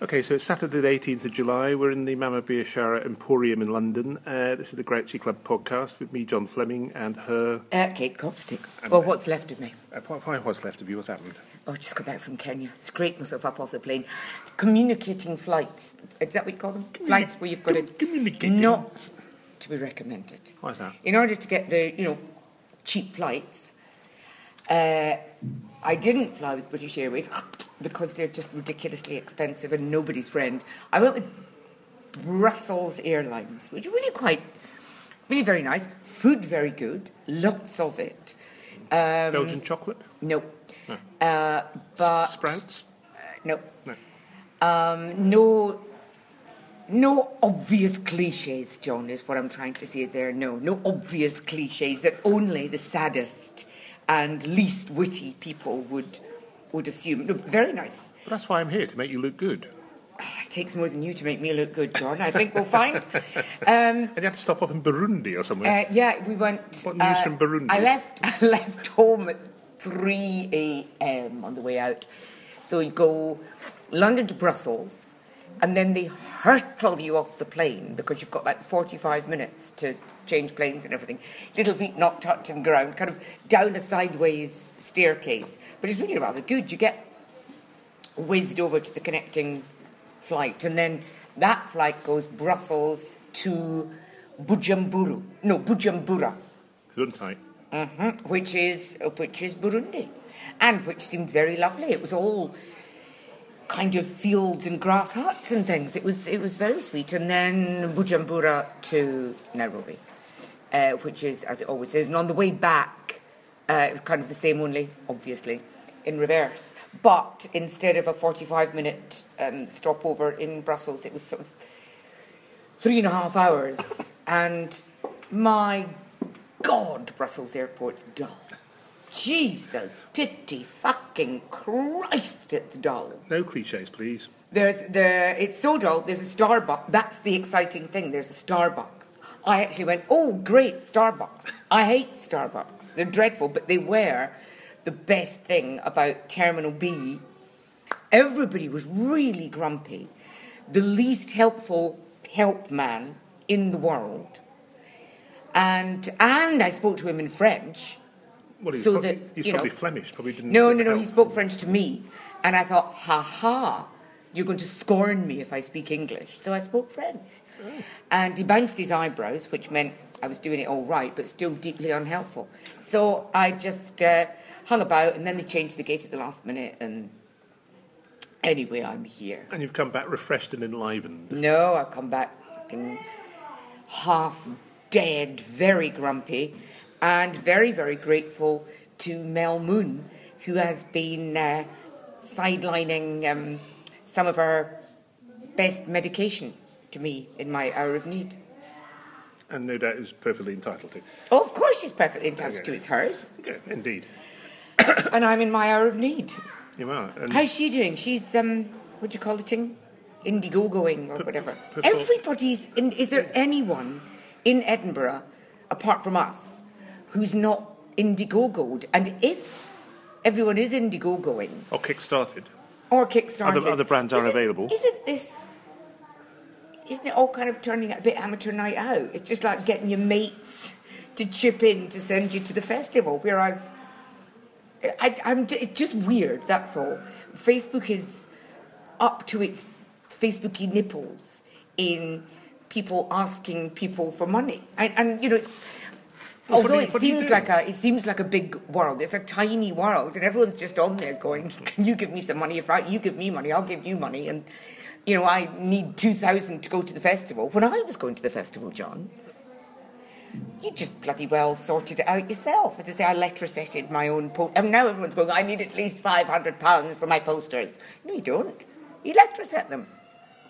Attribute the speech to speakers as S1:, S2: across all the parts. S1: Okay, so it's Saturday, the 18th of July. We're in the Mama Biashara Emporium in London. Uh, this is the Grouchy Club podcast with me, John Fleming, and her.
S2: Uh, Kate Copstick. Well, what's left of me.
S1: Uh, why- why was left of you? What happened?
S2: Oh, just got back from Kenya. Scraped myself up off the plane. Communicating flights. Is that what you call them? Flights where you've got
S1: com-
S2: to.
S1: communicating.
S2: Not to be recommended.
S1: Why is that?
S2: In order to get the, you know, cheap flights, uh, I didn't fly with British Airways because they're just ridiculously expensive and nobody's friend. I went with Brussels Airlines, which is really quite, really very nice. Food very good, lots of it. Um,
S1: Belgian chocolate?
S2: no. Uh, but
S1: Sprouts?
S2: no.
S1: No.
S2: Um, no. No obvious cliches, John, is what I'm trying to say there. No, no obvious cliches that only the saddest and least witty people would would assume. No, very nice.
S1: But that's why I'm here, to make you look good.
S2: It takes more than you to make me look good, John. I think we'll find. Um,
S1: And you had to stop off in Burundi or somewhere.
S2: Uh, yeah, we went.
S1: What news from Burundi?
S2: Uh, I left. I left home at three a.m. on the way out. So you go London to Brussels, and then they hurtle you off the plane because you've got like forty-five minutes to change planes and everything. Little feet not touching the ground, kind of down a sideways staircase. But it's really rather good. You get whizzed over to the connecting flight, and then that flight goes Brussels to Bujumbura. No, Bujumbura,
S1: Gesundheit.
S2: Mm-hmm. which is which is Burundi, and which seemed very lovely. It was all kind of fields and grass huts and things. It was it was very sweet. And then Bujumbura to Nairobi, uh, which is as it always is. And on the way back, uh, it was kind of the same, only obviously in reverse. But instead of a forty-five minute um, stopover in Brussels, it was sort of three and a half hours. and my God, Brussels airport's dull. Jesus, titty fucking Christ, it's dull.
S1: No cliches, please.
S2: There's the it's so dull. There's a Starbucks. That's the exciting thing. There's a Starbucks. I actually went, oh great Starbucks. I hate Starbucks. They're dreadful, but they were the best thing about Terminal B. Everybody was really grumpy. The least helpful help man in the world. And and I spoke to him in French.
S1: Well, he's
S2: So
S1: probably,
S2: that,
S1: he's
S2: you
S1: probably
S2: know-
S1: Flemish, probably didn't.
S2: No,
S1: get
S2: no, no.
S1: help.
S2: He spoke French to me, and I thought, ha ha, you're going to scorn me if I speak English. So I spoke French. And he bounced his eyebrows, which meant I was doing it all right, but still deeply unhelpful. So I just uh, hung about, and then they changed the gate at the last minute, and anyway, I'm here.
S1: And you've come back refreshed and enlivened.
S2: No, I come back fucking half dead, very grumpy, and very, very grateful to Mel Moon, who has been uh, sidelining um, some of her best medication to me in my hour of need.
S1: And no doubt is perfectly entitled to.
S2: Oh, of course, she's perfectly entitled
S1: Okay.
S2: to it's hers,
S1: Yeah, indeed.
S2: and I'm in my hour of need.
S1: You are. And
S2: How's she doing? She's um, what do you call it? Thing? Indiegogoing or whatever.
S1: perfor-
S2: Everybody's. In, is there anyone in Edinburgh, apart from us, who's not Indiegogoed? And if everyone is Indiegogoing
S1: or kick-started.
S2: or Kickstarted,
S1: Other- other brands are
S2: isn't-
S1: available.
S2: Isn't this? Isn't it all kind of turning a bit amateur night out? It's just like getting your mates to chip in to send you to the festival, whereas. I, I'm ju- it's just weird. That's all. Facebook is up to its Facebooky nipples in people asking people for money, and, and you know, it's,
S1: Well, what
S2: although
S1: do you-
S2: it
S1: what do you
S2: seems
S1: do?
S2: like a it seems like a big world, it's a tiny world, and everyone's just on there going, "Can you give me some money? If I, you give me money, I'll give you money." And you know, I need two thousand to go to the festival. When I was going to the festival, John, you just bloody well sorted it out yourself. As I say, I letter-setted my own post. And now everyone's going, I need at least £500 for my posters. No, you don't. You letter-set them.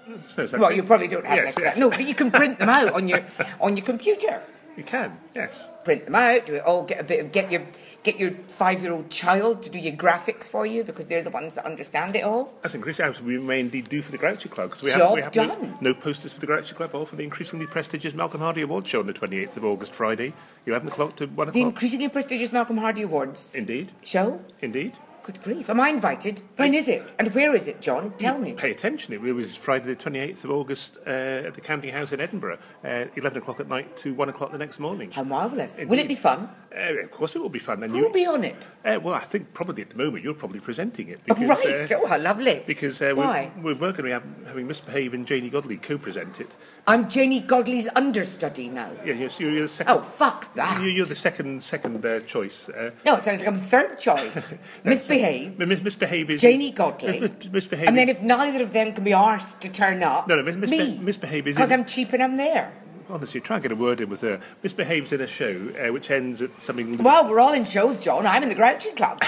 S1: There's no such
S2: Well,
S1: thing.
S2: you probably don't have
S1: Yes,
S2: letter-set.
S1: yes.
S2: No, but you can print them out on your, on your computer.
S1: You can, yes.
S2: Print them out, do it all, get a bit of, get your, get your five-year-old child to do your graphics for you because they're the ones that understand it all.
S1: That's increasing. As we may indeed do for the Grouchy Club, because we
S2: Job
S1: have, we have no,
S2: done.
S1: no posters for the Grouchy Club or for the increasingly prestigious Malcolm Hardy Award show on the 28th of August, Friday, 11 o'clock to 1
S2: The
S1: o'clock.
S2: increasingly prestigious Malcolm Hardy Awards
S1: indeed,
S2: show
S1: indeed.
S2: Good grief. Am I invited? When is it? And where is it, John? Tell me.
S1: Pay attention. It was Friday the 28th of August uh, at the Counting House in Edinburgh, uh, 11 o'clock at night to 1 o'clock the next morning.
S2: How marvellous. Will
S1: Indeed.
S2: it be fun?
S1: Uh, of course, it will be fun. And
S2: Who'll
S1: you,
S2: be on it?
S1: uh, well, I think probably at the moment you're probably presenting it.
S2: Oh, right.
S1: uh,
S2: oh, how lovely.
S1: because uh,
S2: Why?
S1: we're, we're working on having Miss Behave and Janie Godley co-present it.
S2: I'm Janie Godley's understudy now.
S1: Yeah, you're, you're, the second,
S2: Oh, fuck that.
S1: you're, you're the second second uh, choice. Uh,
S2: No, it sounds like I'm third choice. Misbehave.
S1: Miss, Misbehave is
S2: Janie Godley.
S1: Miss, Misbehave.
S2: And then if neither of them can be arsed to turn up,
S1: No, no, mis- mis-
S2: me.
S1: misbehave is
S2: Because
S1: in-
S2: I'm cheap and I'm there.
S1: honestly, try and get a word in with her. Misbehaves in a show uh, which ends at something,
S2: Well, we're all in shows, John. I'm in the Grouchy Club.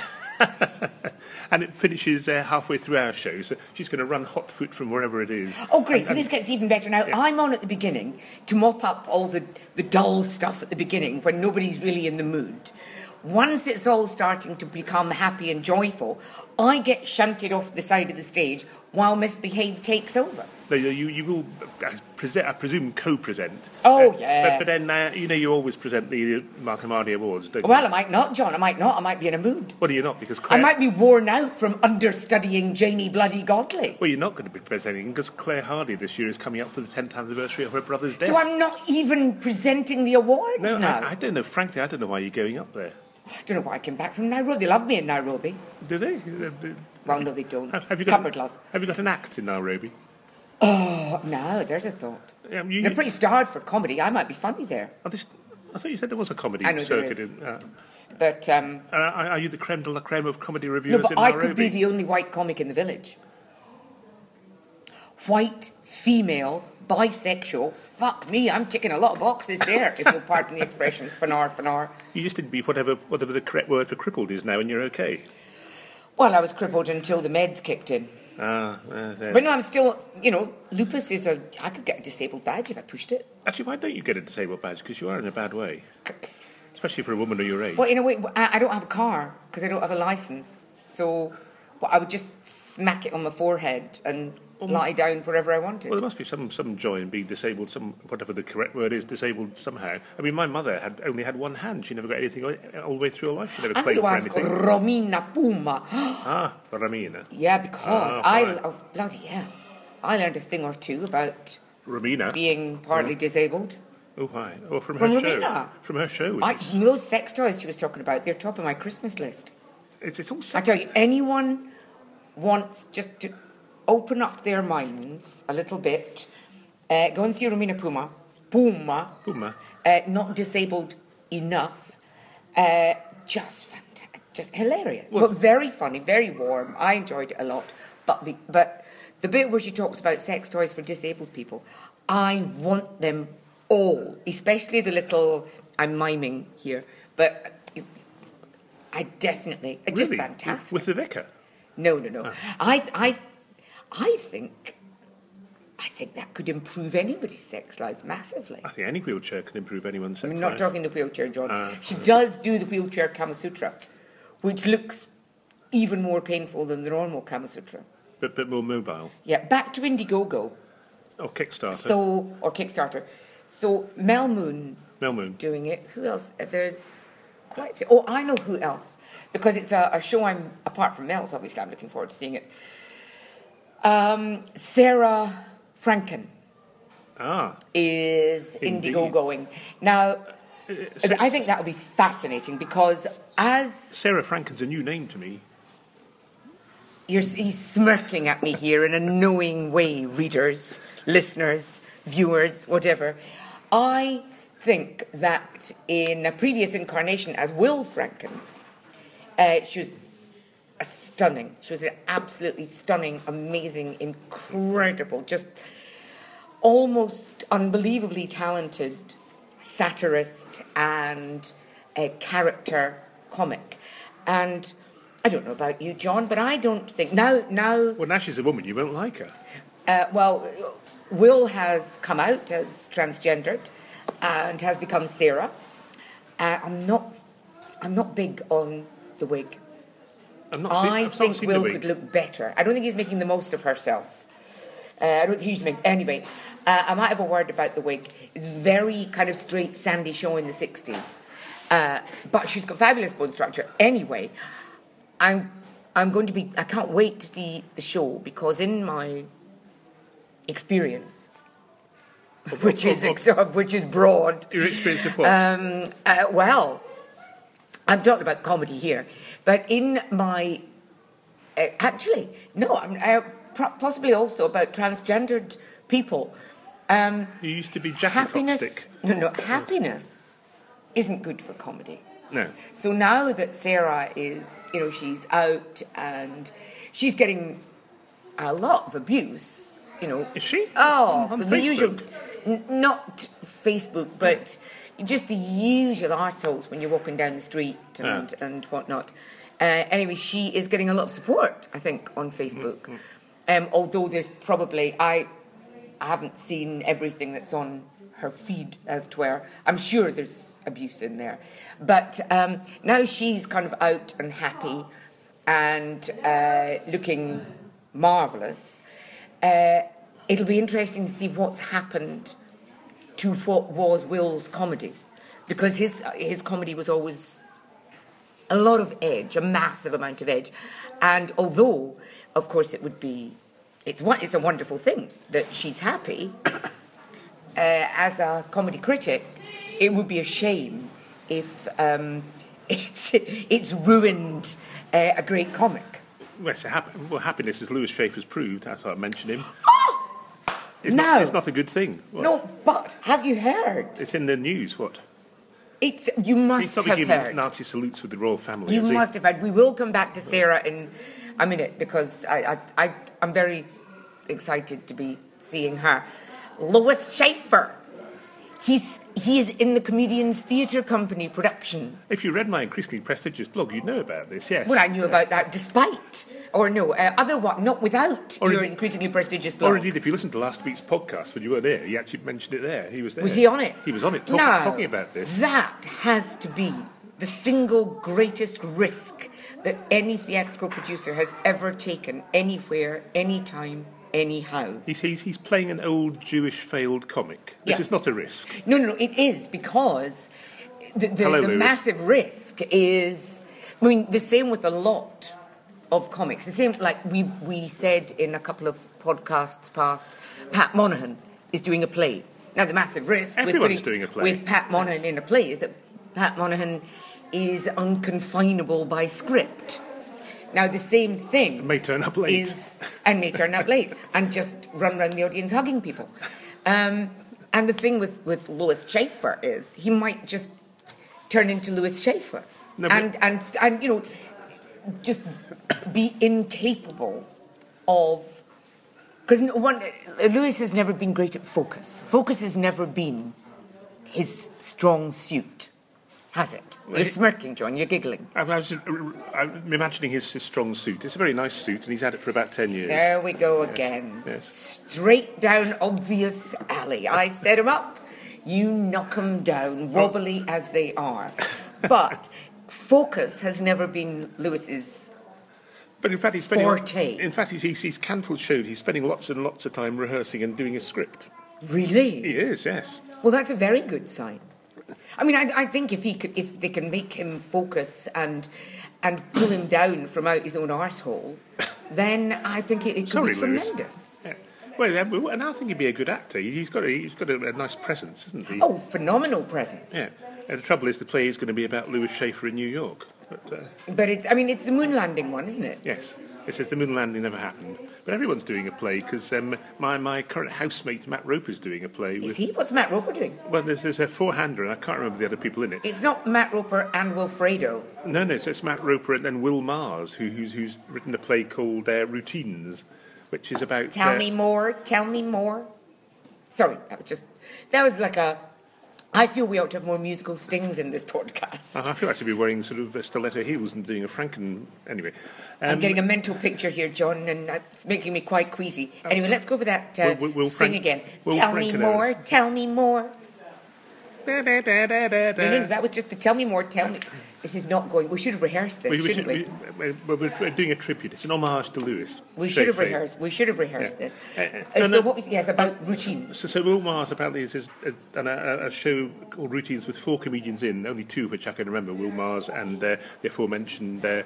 S1: and it finishes uh, halfway through our show. So she's going to run hot foot from wherever it is.
S2: Oh, great. so this gets even better. Now, I'm on at the beginning to mop up all the, the dull stuff at the beginning when nobody's really in the mood. Once it's all starting to become happy and joyful, I get shunted off the side of the stage while Misbehave takes over.
S1: No, you, you you will uh, present, I presume, co-present.
S2: Oh,
S1: yeah.
S2: yes.
S1: But, but then uh, you know you always present the Mark Mardi Awards, don't
S2: Well,
S1: you?
S2: I might not, John. I might not. I might be in a mood.
S1: Well, you're not because
S2: I
S1: Claire.
S2: might be worn out from understudying Janie Bloody Godley.
S1: Well, you're not going to be presenting because Claire Hardy this year is coming up for the 10th anniversary of her brother's death.
S2: So I'm not even presenting the awards
S1: no,
S2: now.
S1: I, I don't know. Frankly, I don't know why you're going up there.
S2: I don't know why I came back from Nairobi. They love me in Nairobi.
S1: Do they? Uh, do-
S2: Well, no, they don't.
S1: Have, have you got
S2: Cupboard love.
S1: Have you got an act in Nairobi?
S2: Oh, no, there's a thought.
S1: Um, you,
S2: They're pretty starved for comedy. I might be funny there.
S1: I, just, I thought you said there was a comedy
S2: I know there
S1: circuit.
S2: is.
S1: In, uh,
S2: But, um,
S1: are, are you the creme de la creme of comedy
S2: no,
S1: reviewers
S2: but
S1: in
S2: I
S1: Nairobi?
S2: could be the only white comic in the village. White, female, bisexual. Fuck me, I'm ticking a lot of boxes there, if you'll pardon the expression. Fanar, fanar.
S1: You just didn't be whatever whatever the correct word for crippled is now, and you're okay.
S2: Well, I was crippled until the meds kicked in.
S1: Ah, that's it.
S2: But no, I'm still, you know, lupus is a. I could get a disabled badge if I pushed it.
S1: actually, why don't you get a disabled badge? Because you are in a bad way, especially for a woman of your age.
S2: Well, in a way, I, I don't have a car because I don't have a license. So well, I would just smack it on my forehead and lie down wherever I wanted.
S1: Well, there must be some, some joy in being disabled, some whatever the correct word is, disabled somehow. I mean, my mother had only had one hand; she never got anything all, all the way through her life. She never
S2: I'm
S1: claimed
S2: going to
S1: for
S2: ask
S1: anything.
S2: Romina Puma.
S1: Ah, Ramina,
S2: yeah, because
S1: Ah,
S2: I.
S1: fine.
S2: Oh, bloody hell. I learned a thing or two about
S1: Ramina.
S2: being partly disabled.
S1: Oh, why? Oh, from,
S2: From
S1: her show.
S2: Romina.
S1: From her show.
S2: I, those sex toys she was talking about, they're top of my Christmas list.
S1: It's, it's all
S2: I
S1: sex.
S2: tell you, anyone wants just to open up their minds a little bit, uh, go and see Romina Puma. Puma.
S1: Puma.
S2: Uh, not disabled enough. Uh, just fantastic. Just hilarious. but very funny, very warm. I enjoyed it a lot. But the, but the bit where she talks about sex toys for disabled people, I want them all, especially the little. I'm miming here, but. I definitely, it's just
S1: Really?
S2: fantastic.
S1: With Ah. the vicar.
S2: No, no, no. I, I, I think, I think that could improve anybody's sex life massively.
S1: I think any wheelchair can improve anyone's sex
S2: I'm not
S1: life.
S2: talking the wheelchair, John.
S1: Ah,
S2: she does do the wheelchair Kama Sutra, which looks even more painful than the normal Kama Sutra.
S1: but, but more mobile.
S2: Yeah, back to Indiegogo.
S1: Or Kickstarter.
S2: So, or Kickstarter. So, Mel Moon
S1: Mel Moon.
S2: doing it. Who else? Uh, There's quite a few. Oh, I know who else. Because it's a, a show I'm, apart from Mel's, obviously, I'm looking forward to seeing it. Um, Sarah Franken
S1: Ah,
S2: is
S1: Indeed.
S2: Indigo going. Now, I think that will be fascinating because as
S1: Sarah Franken's a new name to me.
S2: you're, he's smirking at me here in a knowing way, readers, listeners, viewers, whatever, I think that in a previous incarnation as Will Franken, Uh, she was a stunning. She was an absolutely stunning, amazing, incredible, just almost unbelievably talented satirist and a character comic. And I don't know about you, John, but I don't think now. Now,
S1: Well, now she's a woman, you won't like her.
S2: uh, well, Will has come out as transgendered and has become Sarah. Uh, I'm not. I'm not big on the wig.
S1: I've not seen,
S2: I
S1: I've
S2: think
S1: not seen
S2: Will
S1: the
S2: could look better. I don't think he's making the most of herself. Uh, I don't think she's making. Anyway, uh, I might have a word about the wig. It's very kind of straight Sandy Shaw in the 60s. Uh, but she's got fabulous bone structure. Anyway, I'm I'm going to be. I can't wait to see the show because in my experience, which is ex- which is broad,
S1: Your experience of what?
S2: um, uh, well, I'm talking about comedy here, but in my uh, actually no, I'm uh, pro- possibly also about transgendered people. Um,
S1: you used to be Jack
S2: happiness,
S1: Topstick.
S2: no, no, happiness isn't good for comedy.
S1: No.
S2: So now that Sarah is, you know, she's out and she's getting a lot of abuse, you know.
S1: Is she?
S2: Oh,
S1: On
S2: for the usual.
S1: Facebook?
S2: N- not Facebook, but just the usual arseholes when you're walking down the street and, and whatnot. Uh, anyway, she is getting a lot of support, I think, on Facebook.
S1: Mm,
S2: Um, although there's probably, I, I haven't seen everything that's on her feed, as it were. I'm sure there's abuse in there. But um, now she's kind of out and happy and uh, looking marvellous. Uh, it'll be interesting to see what's happened to what was Will's comedy, because his his comedy was always a lot of edge, a massive amount of edge, and although, of course, it would be, it's one, it's a wonderful thing that she's happy. uh, as a comedy critic, it would be a shame if um, it's it's ruined uh, a great comic.
S1: Well, so hap- well, happiness, as Lewis Schaefer's proved, as I mentioned him, it's,
S2: No.
S1: not, it's not a good thing. What?
S2: No, but have you heard?
S1: It's in the news, what?
S2: It's you
S1: He's
S2: must
S1: not
S2: have
S1: giving
S2: heard.
S1: Nazi salutes with the royal family,
S2: You
S1: is he?
S2: must have had. We will come back to Sarah in a minute because I, I, I, I'm very excited to be seeing her. Lois Schaefer. He's, he is in the Comedians Theatre Company production.
S1: If you read my increasingly prestigious blog, you'd know about this, yes.
S2: Well, I knew about that despite, or no, uh, otherwise, not without
S1: Or
S2: your
S1: in-
S2: increasingly prestigious blog.
S1: Or indeed, if you listened to last week's podcast when you were there, he actually mentioned it there. He was there.
S2: Was he on it?
S1: He was on it, talking,
S2: No.
S1: talking about this.
S2: That has to be the single greatest risk that any theatrical producer has ever taken anywhere, anytime, anyhow.
S1: He's, he's, he's playing an old Jewish failed comic, which
S2: Yeah.
S1: is not a risk.
S2: No, no, no, it is because the, the,
S1: Hello,
S2: the
S1: Lewis.
S2: massive risk is. I mean, the same with a lot of comics. The same, like we, we said in a couple of podcasts past, Pat Monahan is doing a play. Now, the massive risk
S1: Everyone's
S2: with, putting-
S1: doing a play.
S2: with Pat Monahan in a play is that Pat Monahan is unconfinable by script. Now, the same thing
S1: May turn up late.
S2: is and may turn up late and just run around the audience hugging people. Um, and the thing with, with Lewis Schaefer is he might just turn into Lewis Schaefer
S1: No, but-
S2: and, and, and, you know, just be incapable of. Because one, Lewis has never been great at focus. Focus has never been his strong suit, has it?
S1: Well,
S2: You're
S1: it-
S2: smirking, John. You're giggling.
S1: I was just, I'm imagining his, his strong suit. It's a very nice suit, and he's had it for about 10 years.
S2: There we go again.
S1: yes.
S2: Straight down obvious alley. I set 'em up. You knock 'em
S1: Oh.
S2: down, wobbly as they are. But focus has never been Lewis's.
S1: But in fact, he's spending.
S2: Forte.
S1: In fact, he's, he's, he's cancelled shows. He's spending lots and lots of time rehearsing and doing his script.
S2: Really?
S1: He is, yes.
S2: Well, that's a very good sign. I mean, I, I think if he could, if they can make him focus and and pull him down from out his own arsehole, then I think it, it could
S1: Sorry,
S2: be
S1: Lewis.
S2: tremendous.
S1: Yeah. Well, yeah, but- and I think he'd be a good actor. He's got a, he's got a, a nice presence, isn't he?
S2: Oh, phenomenal present.
S1: Yeah. And the trouble is, the play is going to be about Lewis Schaefer in New York. But uh,
S2: But it's, I mean, it's the moon landing one, isn't it?
S1: yes, it says the moon landing never happened. But everyone's doing a play because um, my, my current housemate Matt Roper's doing a play
S2: Is
S1: with.
S2: he? What's Matt Roper doing?
S1: Well, there's, there's a four-hander, and I can't remember the other people in it.
S2: It's not Matt Roper and Wilfredo.
S1: No, no, so it's Matt Roper and then Will Mars, who, who's, who's written a play called uh, Routines, which is about.
S2: Tell
S1: uh,
S2: me more. Tell me more. Sorry, that was just that was like a. I feel we ought to have more musical stings in this podcast.
S1: I feel I should be wearing sort of uh, stiletto heels and doing a Franken. Anyway. um,
S2: I'm getting a mental picture here, John, and it's making me quite queasy. Anyway, let's go for that uh,
S1: Will- Will- Will
S2: sting
S1: Frank-
S2: again.
S1: Will
S2: tell me
S1: Frankenhauer.
S2: more. Tell me more.
S1: Da, da, da, da, da, da.
S2: No, no, no, that was just the tell me more. Tell me. This is not going. We should have rehearsed this,
S1: We, we should,
S2: shouldn't we?
S1: we, we, we're doing a tribute. It's an homage to Lewis.
S2: We should have
S1: Schaefer.
S2: rehearsed. We should have rehearsed
S1: Yeah.
S2: this.
S1: Uh, uh,
S2: Uh,
S1: no, no.
S2: so what was yes about routines?
S1: So, so Will Mmars apparently is, is a, an- a, a show called Routines with four comedians in, only two of which I can remember, Will Mars and uh, the aforementioned uh,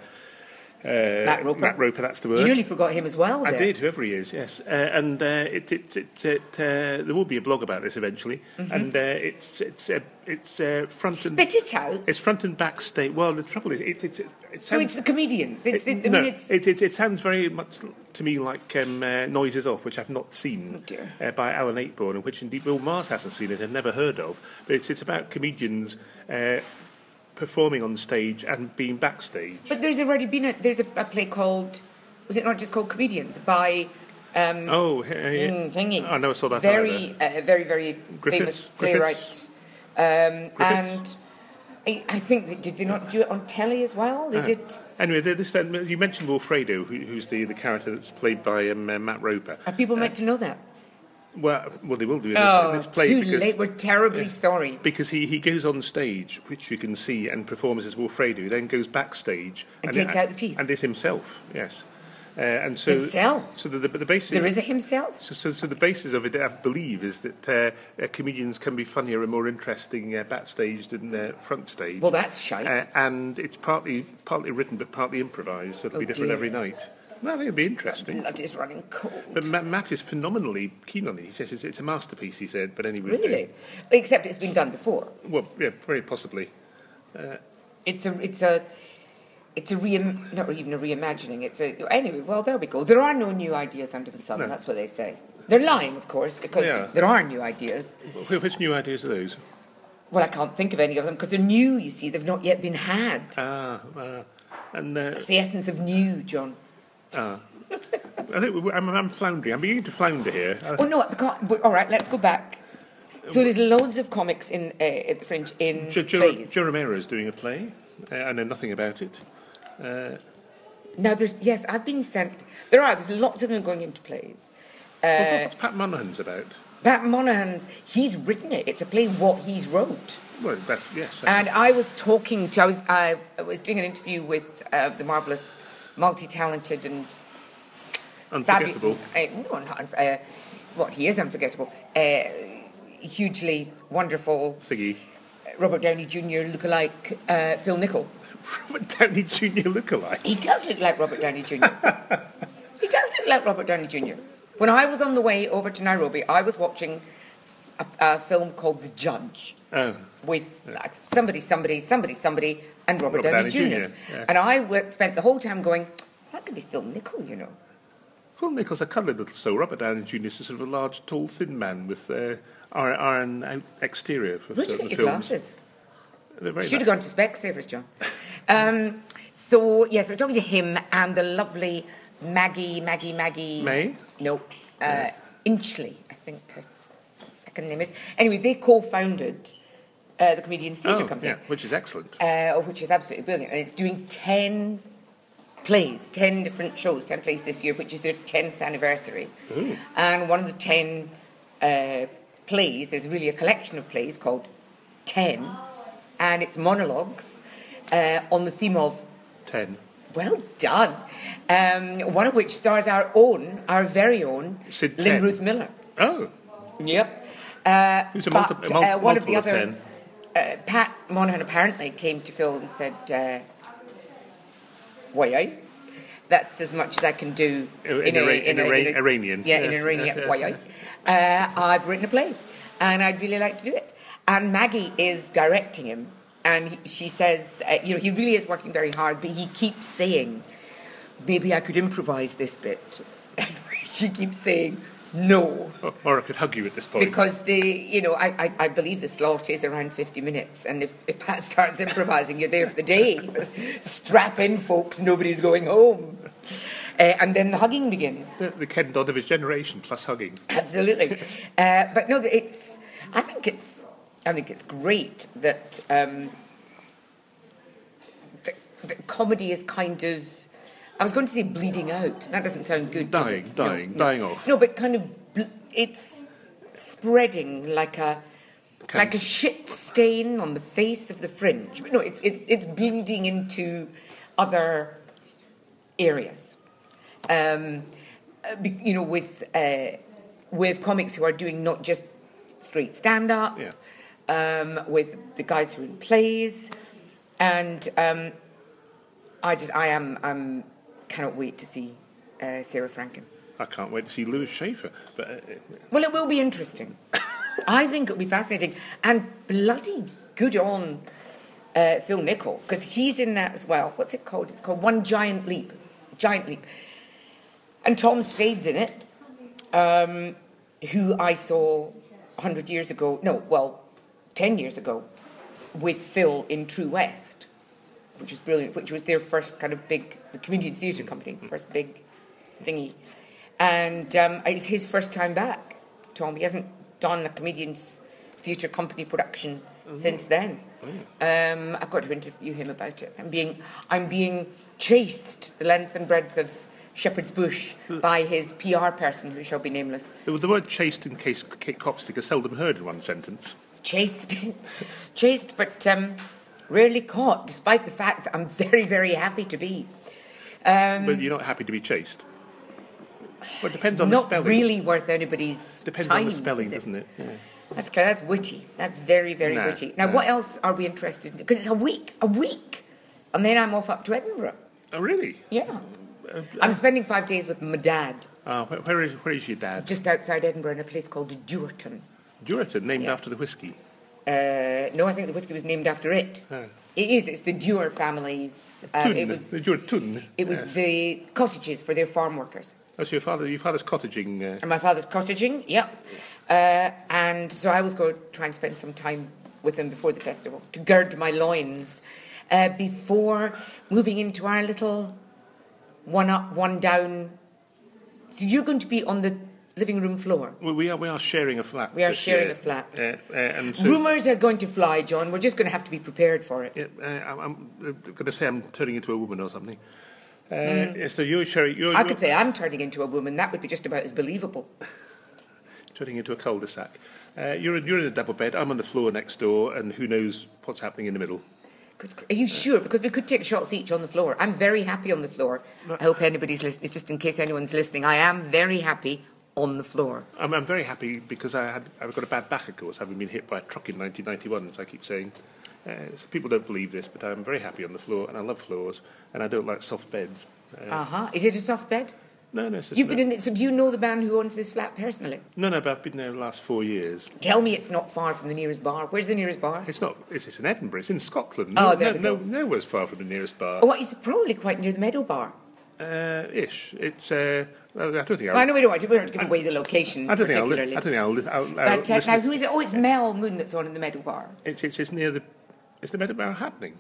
S1: Uh,
S2: Matt Roper.
S1: Matt Roper, that's the word.
S2: You nearly forgot him as well.
S1: I
S2: there.
S1: did, whoever he is, yes. Uh, and uh, it, it, it, it, uh, there will be a blog about this eventually. And uh, it's it's uh, it's uh, front and
S2: Mm-hmm. Spit it out.
S1: it's front and back state. Well, the trouble is, it, it, it, it
S2: So
S1: sounds,
S2: it's the comedians. It's the, I mean,
S1: no,
S2: it's,
S1: it, it, it sounds very much l- to me like um, uh, Noises Off, which I've not seen,
S2: Oh, dear.
S1: uh, by Alan Aitborn, and which indeed Will Mars hasn't seen and had never heard of. But it's, it's about comedians uh, performing on stage and being backstage.
S2: but there's already been a there's a, a play called was it not just called Comedians by
S1: oh, he- he-
S2: mm, thingy.
S1: I never saw that
S2: Very, uh, very, very famous
S1: Griffiths?
S2: playwright. Um, and
S1: Griffiths?
S2: I, I think they, did they not do it on telly as well?
S1: Uh.
S2: They did.
S1: Anyway, th- this then, you mentioned Wilfredo, who, who's the, the character that's played by um, uh, Matt Roper.
S2: Are people meant to know that?
S1: Well, well, they will do Uh. in this, in
S2: Oh,
S1: this play
S2: too
S1: because,
S2: late. We're terribly sorry.
S1: because he, he goes on stage, which you can see, and performs as Wilfredo. He Then goes backstage
S2: And takes out the teeth.
S1: and is himself. Yes, uh, and so
S2: Himself?
S1: So the, the, the basis
S2: There is a himself.
S1: So, so, so the basis of it, I believe, is that uh, uh, comedians can be funnier and more interesting uh, backstage than uh, front stage.
S2: Well, that's shite.
S1: uh, and it's partly partly written but partly improvised, so it'll be
S2: Oh,
S1: different
S2: dear.
S1: every night. No, I think it'll be interesting.
S2: Blood is running cold.
S1: But Ma- Matt is phenomenally keen on it. He says it's, it's a masterpiece. He said, but anyway,
S2: Really? Except it's been done before.
S1: well, yeah, very possibly.
S2: It's a, it's a, it's a re, not even a reimagining. It's a anyway. Well, there we go. There are no new ideas under the sun.
S1: No.
S2: That's what they say. They're lying, of course, because
S1: They are.
S2: there are new ideas.
S1: Wh- Which new ideas are those?
S2: Well, I can't think of any of them because they're new. You see, they've not yet been had.
S1: Ah, ah, and uh,
S2: That's the essence of new, John.
S1: I think we- I'm, I'm floundering. I'm beginning to flounder here. Uh, I-
S2: Oh no, I can't. But, all right, let's go back. So there's loads of comics in uh, at the Fringe in
S1: Jo, jo,
S2: plays.
S1: jo Romero's doing a play. Uh, I know nothing about it.
S2: Now there's yes, I've been sent. There are there's lots of them going into plays. Uh,
S1: Well, what's Pat Monahan's about?
S2: Pat Monahan's he's written it. It's a play what he's wrote.
S1: Well, that's yes. that's-
S2: And I was talking to I was I, I was doing an interview with uh, the marvelous, multi-talented and fabu-
S1: unforgettable.
S2: uh, no, not unf- uh, what he is unforgettable. Uh, hugely wonderful uh,
S1: Thingy.
S2: Robert Downey Jr. lookalike uh, Phil Nichol.
S1: Robert Downey Jr. lookalike.
S2: He does look like Robert Downey Jr. he does look like Robert Downey Jr. When I was on the way over to Nairobi, I was watching a, a film called The Judge
S1: Oh.
S2: with like, somebody, somebody, somebody, somebody, and Robert, Downey, Jr.
S1: yes.
S2: And I w- spent the whole time going, that could be Phil Nichol, you know.
S1: Phil Nichols, a coloured little soul. Robert Downey Jr. is a sort of a large, tall, thin man with uh, iron, iron out- exterior for
S2: Where'd you
S1: certain
S2: get your
S1: films.
S2: glasses?
S1: They're very
S2: Should have
S1: nice.
S2: gone to Specsavers, John. Um, so, yes, we're talking to him and the lovely Maggie, Maggie, Maggie.
S1: May?
S2: No, uh, Inchley, I think her second name is. Anyway, they co founded uh, the Comedians Theatre
S1: oh,
S2: Company,
S1: yeah, which is excellent.
S2: uh, which is absolutely brilliant. And it's doing 10 plays, 10 different shows, 10 plays this year, which is their 10th anniversary. And one of the 10 uh, plays is really a collection of plays called 10, and it's monologues uh, on the theme of
S1: Ten.
S2: well done. Um, one of which stars our own, our very own,
S1: Sid
S2: Lynn
S1: Chen.
S2: Ruth Miller.
S1: Oh,
S2: Yep. Uh,
S1: Who's a
S2: but,
S1: multi- a mul-
S2: uh, one of the
S1: multiple of
S2: other, uh, Pat Monahan apparently came to Phil and said, uh, "Why?" eh? That's as much as I can do
S1: In Ira- in Ira- Iranian.
S2: Yeah, in
S1: Yes,
S2: Iranian.
S1: yes, yes,
S2: Why? eh? Uh, I've written a play, and I'd really like to do it. And Maggie is directing him, and he, she says, uh, "You know, he really is working very hard, but he keeps saying." Maybe I could improvise this bit. And she keeps saying, no.
S1: or, or I could hug you at this point.
S2: Because the, you know, I, I, I believe the slot is around 50 minutes, and if, if Pat starts improvising, you're there for the day. Strap in, folks, nobody's going home. Uh, and then the hugging begins.
S1: the, the Ken Dodd of his generation, plus hugging.
S2: Absolutely. Uh, but no, it's, I think it's, I think it's great that, um, that, that comedy is kind of, I was going to say bleeding out. That doesn't sound good. does
S1: Dying,
S2: it? No,
S1: dying,
S2: no.
S1: dying off.
S2: No, but kind of, bl- it's spreading like a, like a
S1: Cancer.
S2: shit stain on the face of the fringe. But no, it's, it, it's bleeding into other areas. Um, uh, be- you know, with uh, with comics who are doing not just straight stand up,
S1: Yeah.
S2: um, with the guys who are in plays, and um, I just, I am, um, cannot wait to see uh, Sarah Franken.
S1: I can't wait to see Lewis Schaefer. But uh,
S2: Well, it will be interesting. I think it'll be fascinating. And bloody good on uh, Phil Nichol, because he's in that as well. What's it called? It's called One Giant Leap. Giant Leap. And Tom Stade's in it, um, who I saw 100 years ago, no, well, 10 years ago, with Phil in True West, which was brilliant, which was their first kind of big, the community theatre company, first big thingy. And um, it's his first time back, Tom. He hasn't done a comedian's theatre company production since then. Um, I've got to interview him about it. I'm being, I'm being chased the length and breadth of Shepherd's Bush by his PR person, who shall be nameless.
S1: the, the word chased in case Kate Copstick is seldom heard in one sentence.
S2: chased, chased, but um, rarely caught. Despite the fact that I'm very, very happy to be.
S1: but you're not happy to be chased. Well, it depends
S2: Um, It's
S1: on the
S2: not
S1: spelling.
S2: really worth anybody's
S1: depends
S2: time,
S1: on the spelling,
S2: is
S1: doesn't it? Yeah.
S2: That's clear. That's witty. That's very, very
S1: Nah,
S2: witty. Now,
S1: nah.
S2: what else are we interested in? Because it's a week, a week, and then I'm off up to Edinburgh.
S1: Oh, really?
S2: Yeah, I'm spending five days with my dad
S1: Uh, where, where is where is your dad?
S2: just outside Edinburgh in a place called Dewerton.
S1: Durton, named after the whiskey.
S2: Uh, no, I think the whiskey was named after it.
S1: Oh.
S2: It is. It's the Dewar family's. Um,
S1: Tun,
S2: it was.
S1: the Durton.
S2: It was
S1: Yes.
S2: the cottages for their farm workers.
S1: Oh, so your father, your father's cottaging. Uh,
S2: And my father's cottaging, yep. Uh, and so I was going to try and spend some time with them before the festival to gird my loins uh, before moving into our little one up, one down. So you're going to be on the living room floor.
S1: we- we are we are sharing a flat.
S2: We are
S1: this
S2: sharing
S1: year.
S2: a flat.
S1: Uh, uh, and so,
S2: Rumours are going to fly, John. We're just going to have to be prepared for it.
S1: Yeah, uh, I'm, I'm going to say I'm turning into a woman or something. Uh, yeah, So you're sharing. You're,
S2: Mm. I
S1: you're
S2: could say I'm turning into a woman. That would be just about as believable.
S1: turning into a cul-de-sac. Uh, you're in- you're in a double bed. I'm on the floor next door, and who knows what's happening in the middle.
S2: Good, gr- are you sure? Because we could take shots each on the floor. I'm very happy on the floor. I hope anybody's listening. Just in case anyone's listening, I am very happy on the floor.
S1: I'm, I'm very happy because I had I've got a bad back, of course, having been hit by a truck in 1991, as I keep saying. Uh, so people don't believe this, but I'm very happy on the floor, and I love floors, and I don't like soft beds. Uh,
S2: Uh huh. Is it a soft bed?
S1: no, no, it's just
S2: You've
S1: no,
S2: been in it. So do you know the man who owns this flat personally?
S1: no, no, but I've been there the last four years.
S2: Tell me it's not far from the nearest bar. Where's the nearest bar?
S1: It's not. It's, it's in Edinburgh. It's in Scotland.
S2: Oh,
S1: No,
S2: there we
S1: no, no,
S2: go.
S1: nowhere's far from the nearest bar.
S2: Oh, it's probably quite near the Meadow Bar.
S1: Uh, ish. It's. Uh, I don't think I'll.
S2: Well, I know we don't want to, we don't want to give away the location
S1: I don't think I'll.
S2: particularly.
S1: Li- I don't think I'll. Li- I'll, I'll
S2: but uh,
S1: listen-
S2: now, who is it? Oh, it's Mel Moon that's on in the Meadow Bar.
S1: it's, it's, it's near the. Is the Meadowbar happening?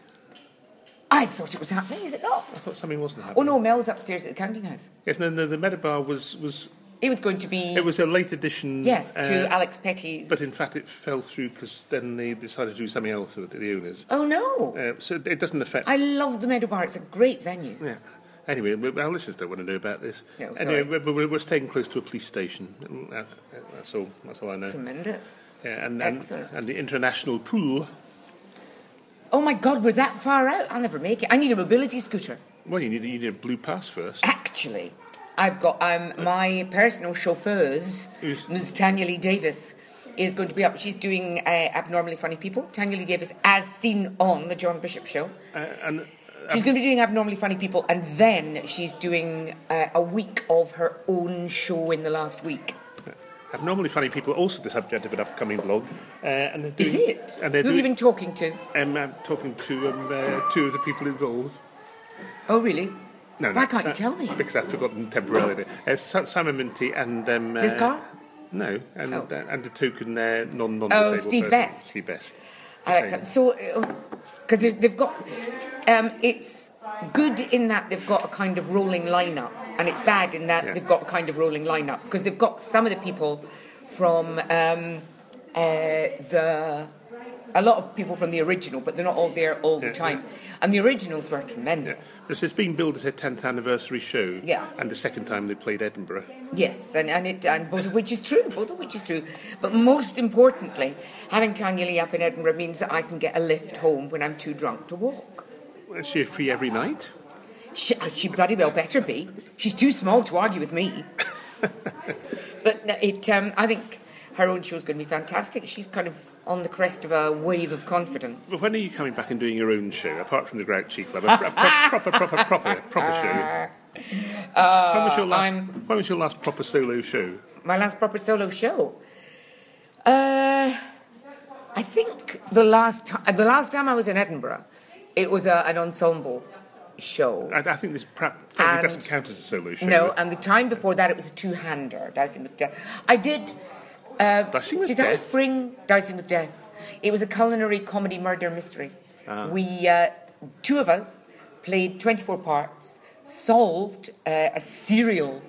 S2: I thought it was happening. Is it not?
S1: I thought something wasn't
S2: Oh
S1: happening.
S2: no, Mel's upstairs at the counting house.
S1: Yes, no, no. The Meadowbar was was.
S2: It was going to be.
S1: It was a late edition.
S2: Yes, to
S1: uh,
S2: Alex Petty's.
S1: But in fact, it fell through because then they decided to do something else with the owners.
S2: oh no!
S1: Uh, so it doesn't affect.
S2: I love the Meadow Bar. It's a great venue.
S1: yeah. Anyway, we- our listeners don't want to know about this.
S2: No, sorry.
S1: anyway, we're, we're- we're staying close to a police station. That's, that's all. That's all I know.
S2: Tremendous.
S1: Yeah, and, and,
S2: Excellent.
S1: and the international pool.
S2: Oh my God, we're that far out. I'll never make it. I need a mobility scooter.
S1: Well, you need you need a blue pass first.
S2: Actually, I've got um, my personal chauffeur's, Ms. Tanya Lee Davis, is going to be up. She's doing uh, Abnormally Funny People. Tanya Lee Davis, as seen on the John Bishop Show.
S1: Uh, and
S2: She's going to be doing Abnormally Funny People, and then she's doing uh, a week of her own show in the last week.
S1: abnormally funny people are also the subject of an upcoming blog. Uh, and they're
S2: Is
S1: doing-
S2: it?
S1: And they're
S2: Who have you
S1: doing,
S2: been talking to?
S1: um, I'm talking to um, uh, two of the people involved.
S2: Oh, really?
S1: No, no,
S2: Why can't you
S1: uh,
S2: tell me?
S1: Because I've forgotten temporarily. Uh, Sa- Simon Minty and um, uh,
S2: Liz Carr?
S1: No, and
S2: Oh.
S1: uh, and the token uh, non non.
S2: Oh, Steve Best. Oh,
S1: Steve Best.
S2: I like that. So, because they've, they've got, um, it's good in that they've got a kind of rolling lineup, and it's bad in that
S1: Yeah.
S2: they've got a kind of rolling lineup because they've got some of the people from um, uh, the. A lot of people from the original, but they're not all there all the
S1: Yeah,
S2: time. And the originals were
S1: Yeah.
S2: tremendous.
S1: So it's being billed as a 10th anniversary show.
S2: Yeah.
S1: And the second time they played Edinburgh.
S2: Yes, and, and it and both of which is true, both of which is true. But most importantly, having Tanya Lee up in Edinburgh means that I can get a lift home when I'm too drunk to walk.
S1: Is she free every night?
S2: She, uh, she bloody well better be. She's too small to argue with me. but no, it, um, I think her own show's going to be fantastic. She's kind of on the crest of a wave of confidence.
S1: But when are you coming back and doing your own show, apart from the Grouchy Club? A, pro- proper, proper, proper, proper show. when, was your last,
S2: Uh, I'm-
S1: when was your last proper solo show?
S2: My last proper solo show. Uh, I think the last time, the last time I was in Edinburgh, it was a, an ensemble show.
S1: I, I think this perhaps probably
S2: And-
S1: doesn't count as a solo show.
S2: No, and the time before that it was a two-hander, Dicing with Death. I did. Uh,
S1: Dicing with
S2: did
S1: Death?
S2: I bring Dicing with Death? It was a culinary comedy murder mystery.
S1: Ah.
S2: We uh, two of us played twenty-four parts, solved uh, a serial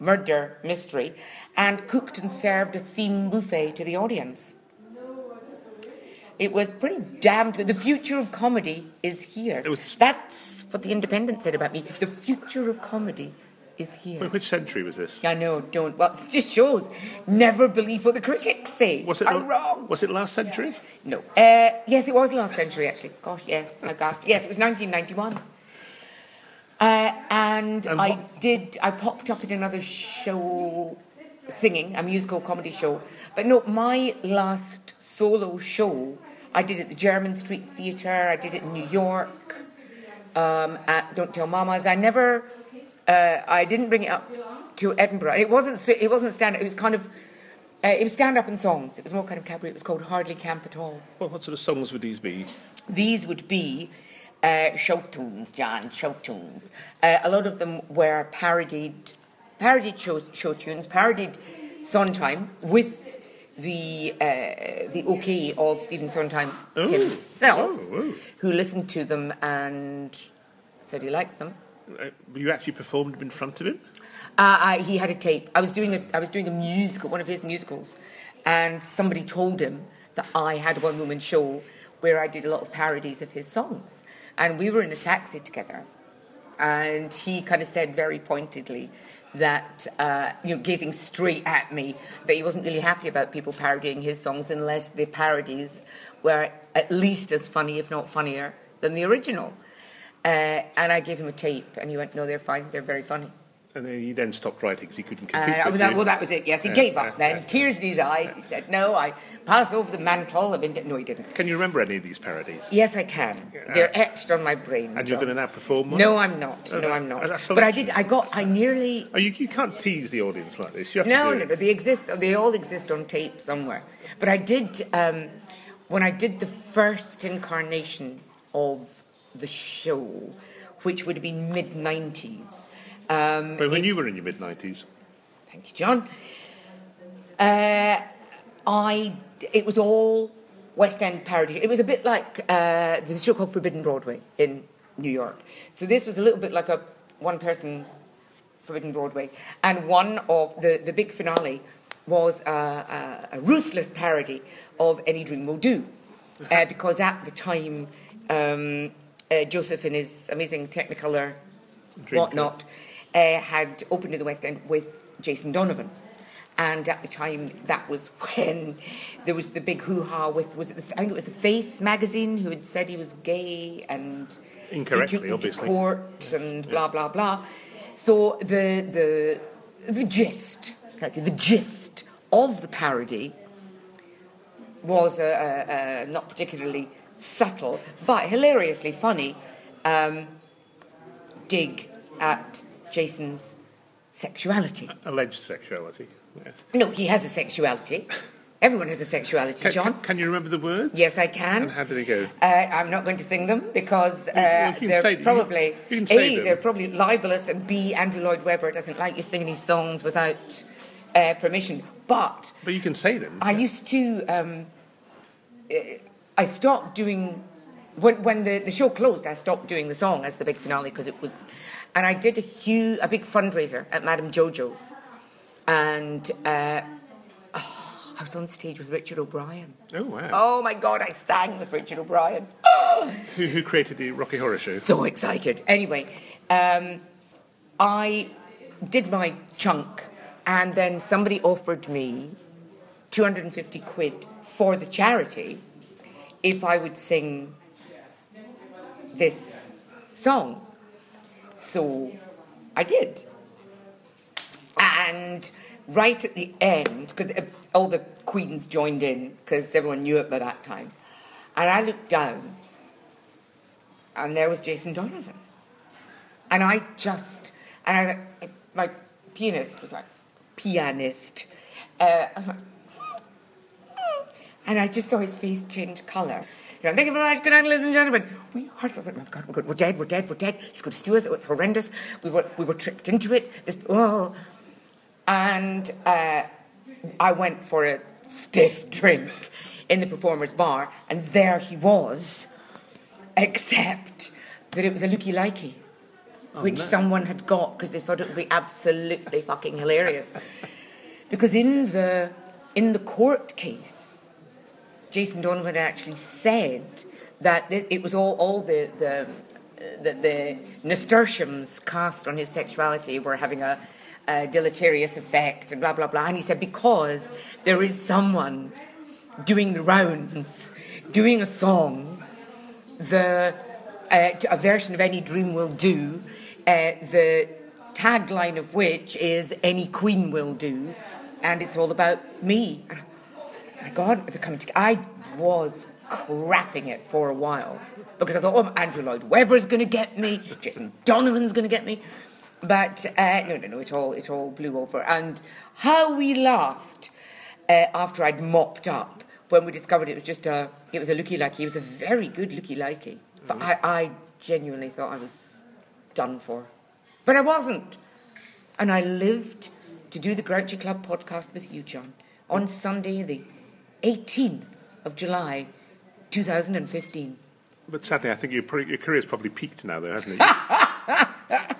S2: murder mystery, and cooked and served a theme buffet to the audience. It was pretty damned good. The future of comedy is here.
S1: It was-
S2: That's what the Independent said about me. The future of comedy is here.
S1: Wait, Which century was this?
S2: I know, don't. Well, it just shows. Never believe what the critics say.
S1: Was it, la-
S2: I'm wrong.
S1: was it last century?
S2: No. Uh, yes, it was last century, actually. Gosh, yes, I gasped. Yes, it was 1991. Uh, and
S1: And
S2: I
S1: what-
S2: did, I popped up in another show singing, a musical comedy show. But no, my last solo show, I did at the German Street Theatre, I did it in New York, um, at Don't Tell Mamas. I never, uh, I didn't bring it up to Edinburgh. And It wasn't, stra- it wasn't stand it was kind of, uh, it was stand up and songs. It was more kind of cabaret. It was called Hardly Camp at All.
S1: Well, what sort of songs would these be?
S2: These would be uh, show tunes, John, show tunes. Uh, a lot of them were parodied, parodied show, show tunes, parodied Sondheim with the uh, the okay of Stephen Sondheim
S1: Oh.
S2: himself,
S1: Oh, oh.
S2: who listened to them and said he liked them.
S1: Uh, you actually performed in front of him?
S2: Uh, I, he had a tape. I was doing a, I was doing a musical, one of his musicals, and somebody told him that I had a one woman show where I did a lot of parodies of his songs, and we were in a taxi together, and he kind of said very pointedly that uh, you know, gazing straight at me, that he wasn't really happy about people parodying his songs unless the parodies were at least as funny, if not funnier, than the original. Uh, and I gave him a tape, and he went, "No, they're fine. They're very funny."
S1: And then he then stopped writing because he couldn't compete
S2: Uh,
S1: with
S2: well, that,
S1: you.
S2: well, that was it. Yes, he
S1: Yeah,
S2: gave
S1: yeah,
S2: up then.
S1: yeah.
S2: Tears in his eyes. He said, "No, I pass over the mantle of inde-" No, he didn't.
S1: Can you remember any of these parodies?
S2: Yes, I can. They're etched on my brain.
S1: And you're
S2: John.
S1: going to now perform one?
S2: No, I'm not.
S1: Oh,
S2: No,
S1: that-
S2: I'm not.
S1: oh, that's
S2: But I
S1: selection.
S2: did. I got. I nearly.
S1: Oh, you, you can't tease the audience like this. You have
S2: No,
S1: to do
S2: no,
S1: it.
S2: no. They exist. They all exist on tape somewhere. But I did. Um, when I did the first incarnation of the show, which would have been mid '90s. Um,
S1: But when you were in your mid 90s,
S2: Thank you, John. Uh, I it was all West End parody. It was a bit like uh, there's a show called Forbidden Broadway in New York. So this was a little bit like a one person Forbidden Broadway, and one of the the big finale was uh, a, a ruthless parody of Any Dream Will Do, uh, because at the time. Um, uh, Joseph in his amazing Technicolor
S1: Dreamcoat.
S2: whatnot uh, had opened in the West End with Jason Donovan. And at the time, that was when there was the big hoo ha with, was it the, I think it was the Face magazine who had said he was gay and. he
S1: Incorrectly,
S2: took him to
S1: obviously.
S2: Court and blah, blah, blah. So the, the, the gist, that's it, the gist of the parody was a, a, a not particularly subtle, but hilariously funny Um, dig at Jason's sexuality.
S1: alleged sexuality. Yes.
S2: No, he has a sexuality. Everyone has a sexuality,
S1: Can,
S2: John.
S1: Can, can you remember the words?
S2: Yes, I
S1: And
S2: can.
S1: how did it go?
S2: Uh, I'm not going to sing them because uh,
S1: well, you can
S2: they're
S1: say them. You-
S2: probably
S1: you can say
S2: a
S1: them.
S2: they're probably libelous, and b Andrew Lloyd Webber doesn't like you singing his songs without uh, permission. But
S1: But you can say them.
S2: I used to. Um, eh, I stopped doing when when the, the show closed. I stopped doing the song as the big finale because it was, and I did a huge a big fundraiser at Madame Jojo's, and uh, oh, I was on stage with Richard O'Brien.
S1: oh, wow.
S2: Oh my God! I sang with Richard O'Brien. Oh.
S1: Who, who created the Rocky Horror Show?
S2: So excited. Anyway, um, I did my chunk, and then somebody offered me 250 quid for the charity if I would sing this song. So I did. And right at the end, because all the queens joined in, because everyone knew it by that time. And I looked down, and there was Jason Donovan. And I just, and I, my pianist was like, pianist. Uh, I was like, and I just saw his face change colour. So thank you very much. Good night, ladies and gentlemen. We hardly went, oh my God, we're, good. we're dead, we're dead, we're dead. He's going to sue us. It was horrendous. We were, we were tricked into it. This, oh. And uh, I went for a stiff drink in the performer's bar, and there he was, except that it was a looky likey. which
S1: no.
S2: someone had got because they thought it would be absolutely fucking hilarious. Because in the in the court case, Jason Donovan actually said that th- it was all, all the, the, uh, the, the nasturtiums cast on his sexuality were having a, a deleterious effect and blah, blah, blah. And he said, because there is someone doing the rounds, doing a song, the, uh, t- a version of Any Dream Will Do, uh, the tagline of which is Any Queen Will Do, and it's all about me. And my God, they're coming together. I was crapping it for a while because I thought, oh, Andrew Lloyd Webber's going to get me, Jason Donovan's going to get me. But uh, no, no, no, it all, it all blew over. And how we laughed uh, after I'd mopped up when we discovered it was just a, it was a looky likey. It was a very good looky likey. But I, I genuinely thought I was done for. But I wasn't. And I lived to do the Grouchy Club podcast with you, John, on Sunday, the 18th of July, 2015.
S1: But sadly, I think your, pro- your career's probably peaked now, though, hasn't it?